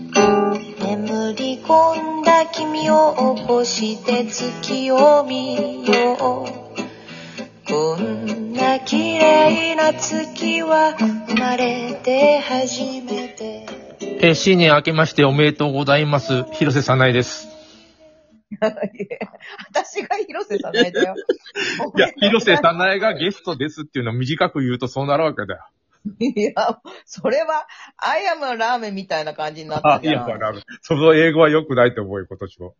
眠り込んだ君を起こして月を見ようこんな綺麗な月は生まれて初めてえー新年明けましておめでとうございます。広瀬さないです。私が広瀬さないだよ。いや、広瀬さないがゲストですっていうのを短く言うとそうなるわけだよ。いや、それは、アイアムラーメンみたいな感じになっあた、いじゃや、ん。ラブ。その英語は良くないと思うよ、今年も。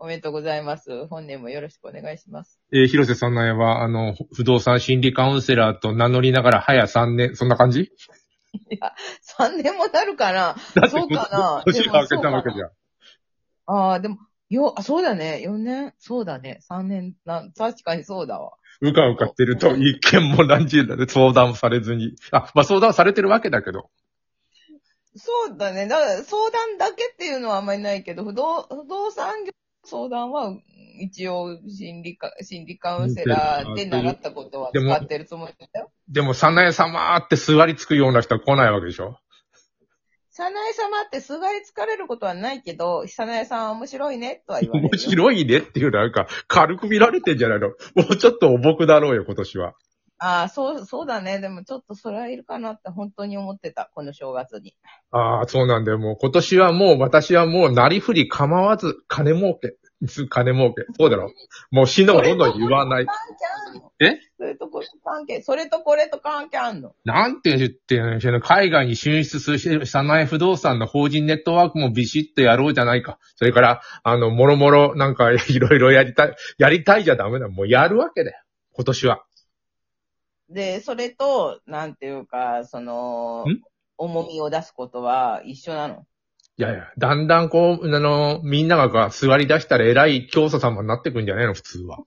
おめでとうございます。本年もよろしくお願いします。えー広瀬さないは、あの、不動産心理カウンセラーと名乗りながら、早3年、そんな感じ3年もなるかなだってそうかな 年が明けたわけじでもそうかゃん。なああ、でも、よ、あ、そうだね。4年そうだね。3年な、確かにそうだわ。うかうかしてると、一件も何十だで相談もされずに。あ、まあ相談はされてるわけだけど。そうだね。だから、相談だけっていうのはあんまりないけど、不動、不動産業の相談は、うん一応、心理か、心理カウンセラーで習ったことはでも使ってるつもりだよ。でも、さなえ様って座りつくような人は来ないわけでしょさなえ様ってすがり疲れることはないけど、さなえさんは面白いねとは言われるよ。面白いねっていうなんか、軽く見られてんじゃないのもうちょっとおぼくだろうよ、今年は。ああ、そう、そうだね。でもちょっとそれはいるかなって本当に思ってた、この正月に。ああ、そうなんだよ。もう今年はもう、私はもう、なりふり構わず、金儲け。金儲け。そうだろもう死のうどんどん言わない。関係あんのえそれとこれと関係、それとこれと関係あんのなんて言ってんの海外に進出する社内不動産の法人ネットワークもビシッとやろうじゃないか。それから、あの、もろもろ、なんか、いろいろやりたい、やりたいじゃダメだ。もうやるわけだよ。今年は。で、それと、なんていうか、そのん、重みを出すことは一緒なの。いやいや、だんだんこう、あの、みんながこう座り出したら偉い教祖様になってくんじゃないの、普通は。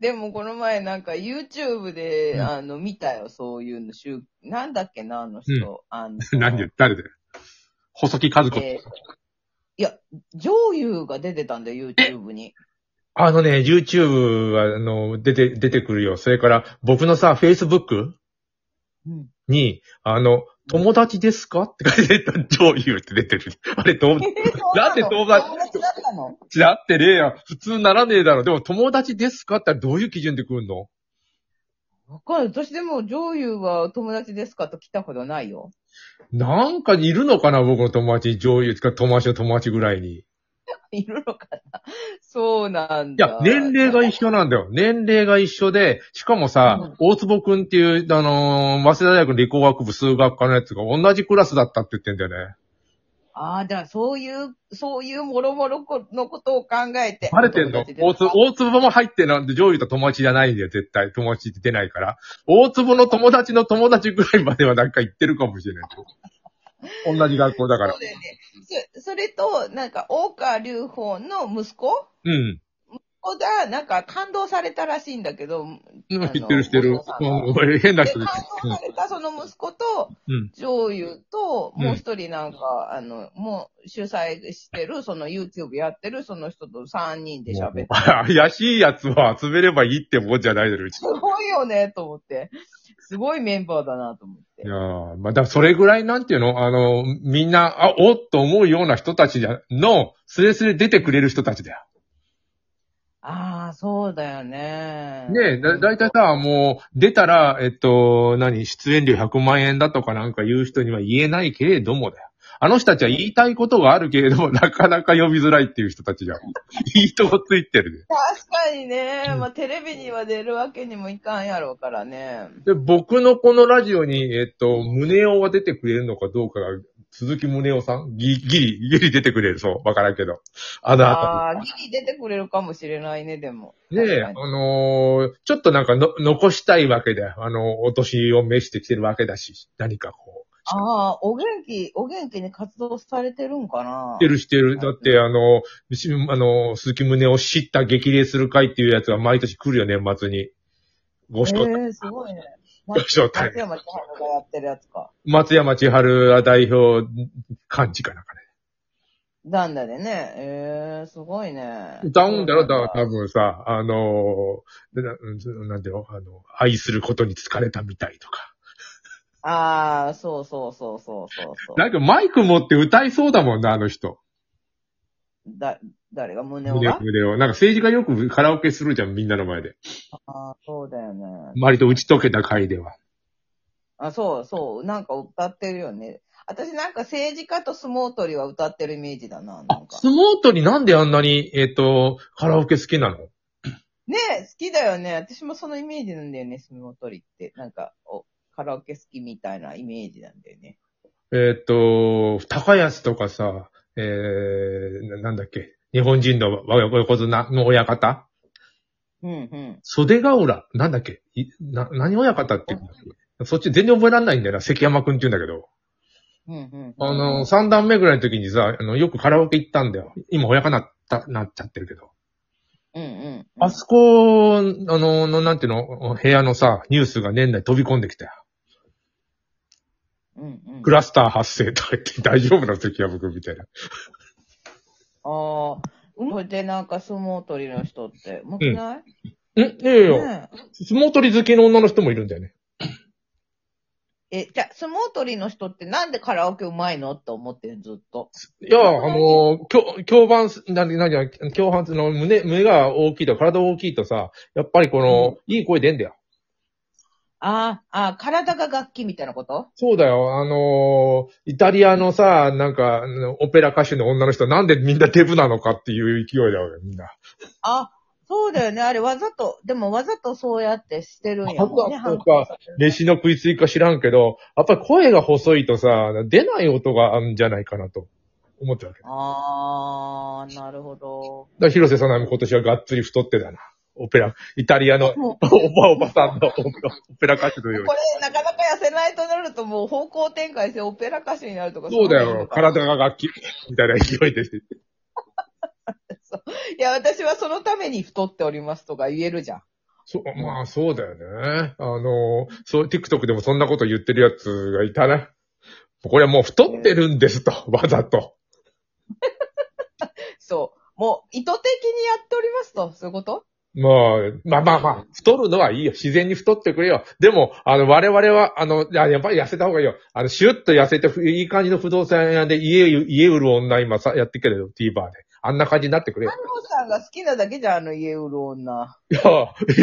でもこの前なんか YouTube で、うんあの、見たよ、そういうの、しゅなんだっけな、あの人。あの 何で、誰で細木和子。えーいや、女優が出てたんだよ、YouTube に。あのね、YouTube は、あの、出て、出てくるよ。それから、僕のさ、Facebook うん。に、あの、友達ですかって書いてた、女優って出てる。あれ、どう、なんで友達友達だったのだってねえやん、普通ならねえだろ。でも、友達ですかってどういう基準で来るのわかる。私でも女優は友達ですかと来たことないよ。 なんかいるのかな、僕の友達、女優ってか、友達の友達ぐらいに。いるのかなそうなんいだや。、年齢が一緒なんだよ。年齢が一緒で、しかもさ、うん大坪くんっていう、あのー早稲田大学理工学部数学科のやつが同じクラスだったって言ってんだよね。ああ、じゃあそういう、そういうもろもろのことを考えて。バレてんの友達ですか大坪、大坪も入ってなんで、上位と友達じゃないんだよ、絶対。友達って出ないから。大坪の友達の友達ぐらいまではなんか言ってるかもしれない。同じ学校だからそ。うだよね。そそれと、なんか、大川隆法の息子うん。が、なんか感動されたらしいんだけど、うんあの知ってる知ってるお父さ。んうがん俺変なで、人で感す。動されたその息子と、うん。上優と、うんもう一人なんか、あの、もう主催してる、その YouTube やってる、その人と3人で喋って。 怪しいやつは集めればいいってもんじゃないだろ、うちすごいよね、と思って。すごいメンバーだな、と思っいてや。ーまあ、だからそれぐらいなんていうのあの、みんな、あ、おっと思うような人たちじゃ、の、すれすれ出てくれる人たちだよ。ああ、そうだよね。ねえ、だ、だいたいさ、もう、出たら、えっと、何、出演料100万円だとかなんか言う人には言えないけれどもだよ。あの人たちは言いたいことがあるけれども、 なかなか呼びづらいっていう人たちじゃん。 いいとこついてるね。確かにね、うんまあ、テレビには出るわけにもいかんやろうからね。で、僕のこのラジオに、えっと、胸をが出てくれるのかどうかが、鈴木胸をさんギリ、ギリ、ギリ出てくれる。そう、わからんけど。あの後にああ、ギリ出てくれるかもしれないね、でも。ねえ、あ確かにのーちょっとなんかの、残したいわけだよ。あの、お年を召してきてるわけだし、何かこう、ああ、お元気、お元気に活動されてるんかなしてるしてる。だって、あの、しあの、鈴木宗を知った激励する会っていうやつが毎年来るよ、年末に。ご視聴、ええすごいね。ご視聴大松山千春がやってるやつか。松山千春代表幹事かなんかね。なんだでね。えー、すごいね。歌うんだろだから多分さ、あのー、なうんなんていうのあの、愛することに疲れたみたいとか。ああ、そうそうそうそうそうそう。なんかマイク持って歌いそうだもんな、あの人。だ、誰が胸を胸をが胸を。なんか政治家よくカラオケするじゃん、みんなの前で。ああ、そうだよね。割と打ち解けた回では。あ、そうそう。なんか歌ってるよね。私なんか政治家と相撲取りは歌ってるイメージだな、なんか。相撲取りなんであんなに、えっ、と、カラオケ好きなのねえ、好きだよね。私もそのイメージなんだよね、相撲取りって。なんか、お、カラオケ好きみたいなイメージなんだよね。えっ、と、高安とかさ、えー、ななんだっけ、日本人の横綱の親方うんうん。袖ヶ浦、なんだっけいな、何親方って言うんだっけそっち全然覚えられないんだよな、関山くんって言うんだけど。うんうん、あの、、三段目ぐらいの時にさ、あの、よくカラオケ行ったんだよ。今親方なった、なっちゃってるけど。うんうん。あそこ、あの、の、なんていうの、部屋のさ、ニュースが年内飛び込んできたよ。うんうん。クラスター発生とか言って大丈夫な関山くんみたいな。ああ。それでなんか相撲取りの人って、うまくない、んいやいや、ね相撲取り好きの女の人もいるんだよね。え。え、じゃあ相撲取りの人ってなんでカラオケうまいのって思ってるずっと。いや、あのー、共共伴す、なになに、共伴すの胸、胸が大きいと、体大きいとさ、やっぱりこの、いい声出んだよ。ああ、ああ、体が楽器みたいなことそうだよ、あのー、イタリアのさ、なんか、あのオペラ歌手の女の人、なんでみんなデブなのかっていう勢いだよ、みんな。あ、そうだよね。あれわざと、でもわざとそうやってしてるんやもんね。わざとか反抗させる飯の食いついか知らんけど、やっぱり声が細いとさ、出ない音があるんじゃないかなと、思ってるわけ。だかああ、なるほど。ら広瀬さなみ今年はがっつり太ってたな。オペラ、イタリアの、もおばおばさんのオペラ歌手のようにこ。れ、なかなか痩せないとなると、もう方向転換してオペラ歌手になるとか。そうだいのよ。かな体が楽器、みたいな勢いで。いや、私はそのために太っておりますとか言えるじゃん。そう、まあそうだよね。あの、そう、TikTok でもそんなこと言ってるやつがいたね。これはもう太ってるんですと、わざと。そう。もう、意図的にやっておりますと、そういうことまあ、まあまあまあ、太るのはいいよ。自然に太ってくれよ。でも、あの、我々は、あの、いややっぱり痩せた方がいいよ。あの、シュッと痩せて、いい感じの不動産屋で家、家売る女今さ、やってっけれど、TVer で。あんな感じになってくれよ安。藤さんが好きなだけじゃん、あの家売る女。いや、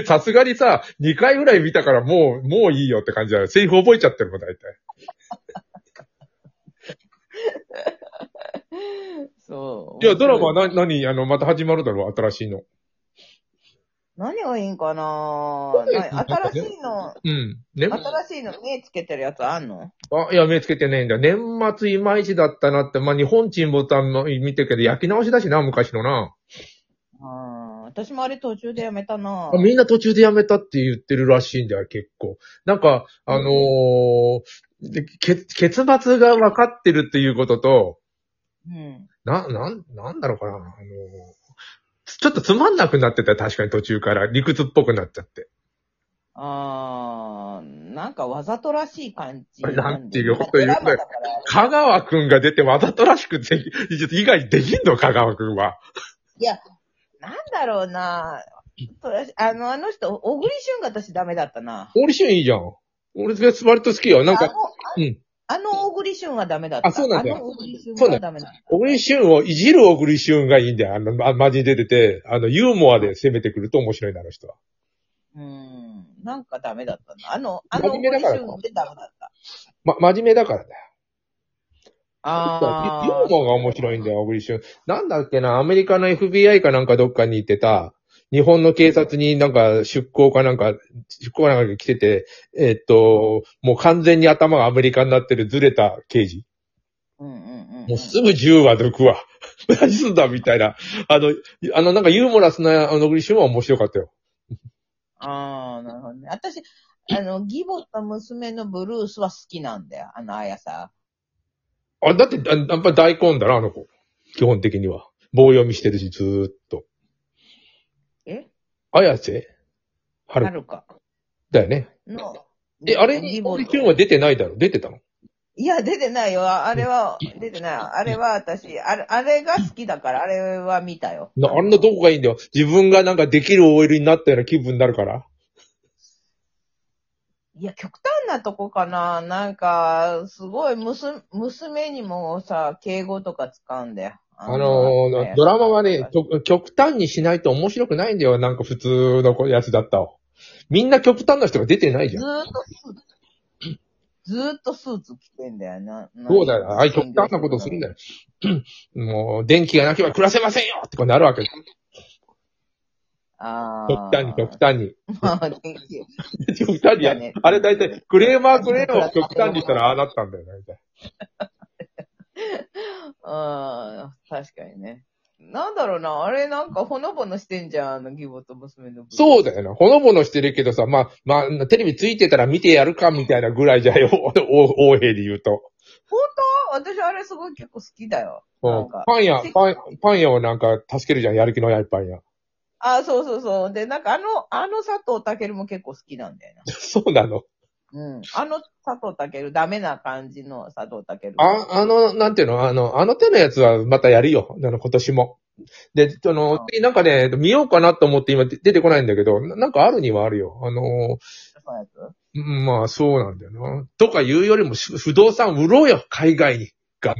えさすがにさ、2回ぐらい見たからもう、もういいよって感じだよ。セリフ覚えちゃってるもん、大体。そう。いや、ドラマはな、何、あの、また始まるだろう、新しいの。何がいいんかなそうですねな新しいの、うん。ね、新しいの目つけてるやつあんのあ、いや、目つけてねえんだ。年末いまいちだったなって、まあ、日本沈没は見てるけど、焼き直しだしな、昔のな。うん。私もあれ途中でやめたなあみんな途中でやめたって言ってるらしいんだよ、結構。なんか、あのーでけ結末が分かってるっていうことと、うん。な、なん、なんだろうかな。あのーつちょっとつまんなくなってたよ、確かに途中から。理屈っぽくなっちゃって。あー、なんかわざとらしい感じ。なんていうこと言うんだよドラマだから香川くんが出てわざとらしくでき、ちょっと以外できんの香川くんは。なんだろうなとらしあの、あの人、小栗旬が私ダメだったな。俺シュンいいじゃん。俺割と好きよ。なんあか、の、あうんあの小栗旬はダメだった。あそうなんだあの小栗旬はダメだった。小栗旬をいじる小栗旬がいいんだよ。あの、ま、マジで出てて、あの、ユーモアで攻めてくると面白いな、あの人は。うん。なんかダメだったな。あの、あの小真栗面目だからか旬でダメだった。ま、真面目だからだよ。あユーモアが面白いんだよ、小栗旬。なんだっけな、アメリカの FBI かなんかどっかに行ってた、日本の警察になんか出向かなんか、出向かなんかに来てて、えっと、もう完全に頭がアメリカになってるずれた刑事。ー。うんうんうん。もうすぐ銃は抜くわ。 何すんだみたいな。あの、あの、なんかユーモラスな、あの、グリシュンは面白かったよ。ああ、なるほどね。私、あの、義母と娘のブルースは好きなんだよ。あの、あやさ。あ、だって、あやっぱ大根だな、あの子。基本的には。棒読みしてるし、ずーっと。え綾瀬ははるるか。だよね。の。え、あれ義に、母グリとシュンは出てないだろ出てたのいや、出てないよ。ああれは、出てない。あれは私、あれ、あれが好きだから、あれは見たよ。なあんなどこがいいんだよ。自分がなんかできる OL になったような気分になるから。いや、極端なとこかな。なんか、すごい、娘、娘にもさ、敬語とか使うんだよ。あのードラマはね、極極端にしないと面白くないんだよ。なんか普通のやつだったわ。みんな極端な人が出てないじずゃん。ーっとスーツ。ずーっとスーツ着てんだよな。なそうだよ。ああいう極端なことするんだよ。もう、電気がなければ暮らせませんよってこうなるわけです。あー極端に、極端に。 まあ電気極端にやそうだねあれ大体、クレーマークレーマーを極端にしたらああなったんだよ、大体。あー確かにね。なんだろうな、あれなんかほのぼのしてんじゃん、あの、義母と娘の。そうだ。だよな。ほのぼのしてるけどさ、まあ、まあ、テレビついてたら見てやるかみたいなぐらいじゃよ、 お王兵で言うと。私あれすごい結構好きだよ。うなんんか。パン屋、パン、パン屋をなんか助けるじゃん、やる気のない パン屋。あーそうそうそう。で、なんかあの、あの佐藤健も結構好きなんだよそうなの。な。うん。あの佐藤健、ダメな感じの佐藤健。あ、あの、なんていうの、あの、あの手のやつはまたやるよ。あの、今年も。で、あうのん、次なんかね、見ようかなと思って今出てこないんだけど、ななんかあるにはあるよ。あの、そうやつうんまあそうなんだよな。とか言うよりもし不動産売ろうよ、海外 に。が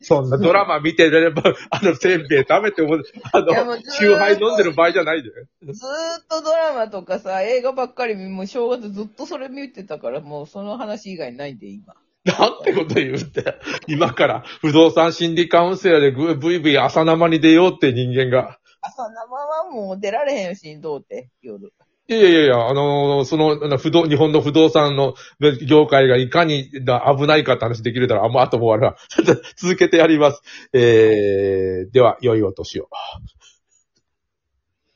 そんなドラマ見てれば、 あの、せんべい食べても、あいやものうず、ーっとチューハイ飲んでる場合じゃないで。ずーっとドラマとかさ、映画ばっかり見、もう正月ずっとそれ見てたから、もうその話以外ないんで、今。なんてこと言うって。今から、不動産心理カウンセラーでぐブイブイ朝生に出ようって人間が。朝生はもう出られへんよ、しんどうて、夜。いやいやいや、あのーその、あの不動、日本の不動産の業界がいかにだ危ないかって話できるだ ろう。あ、もうあともうあれは。続けてやります。えー、では、良いお年を。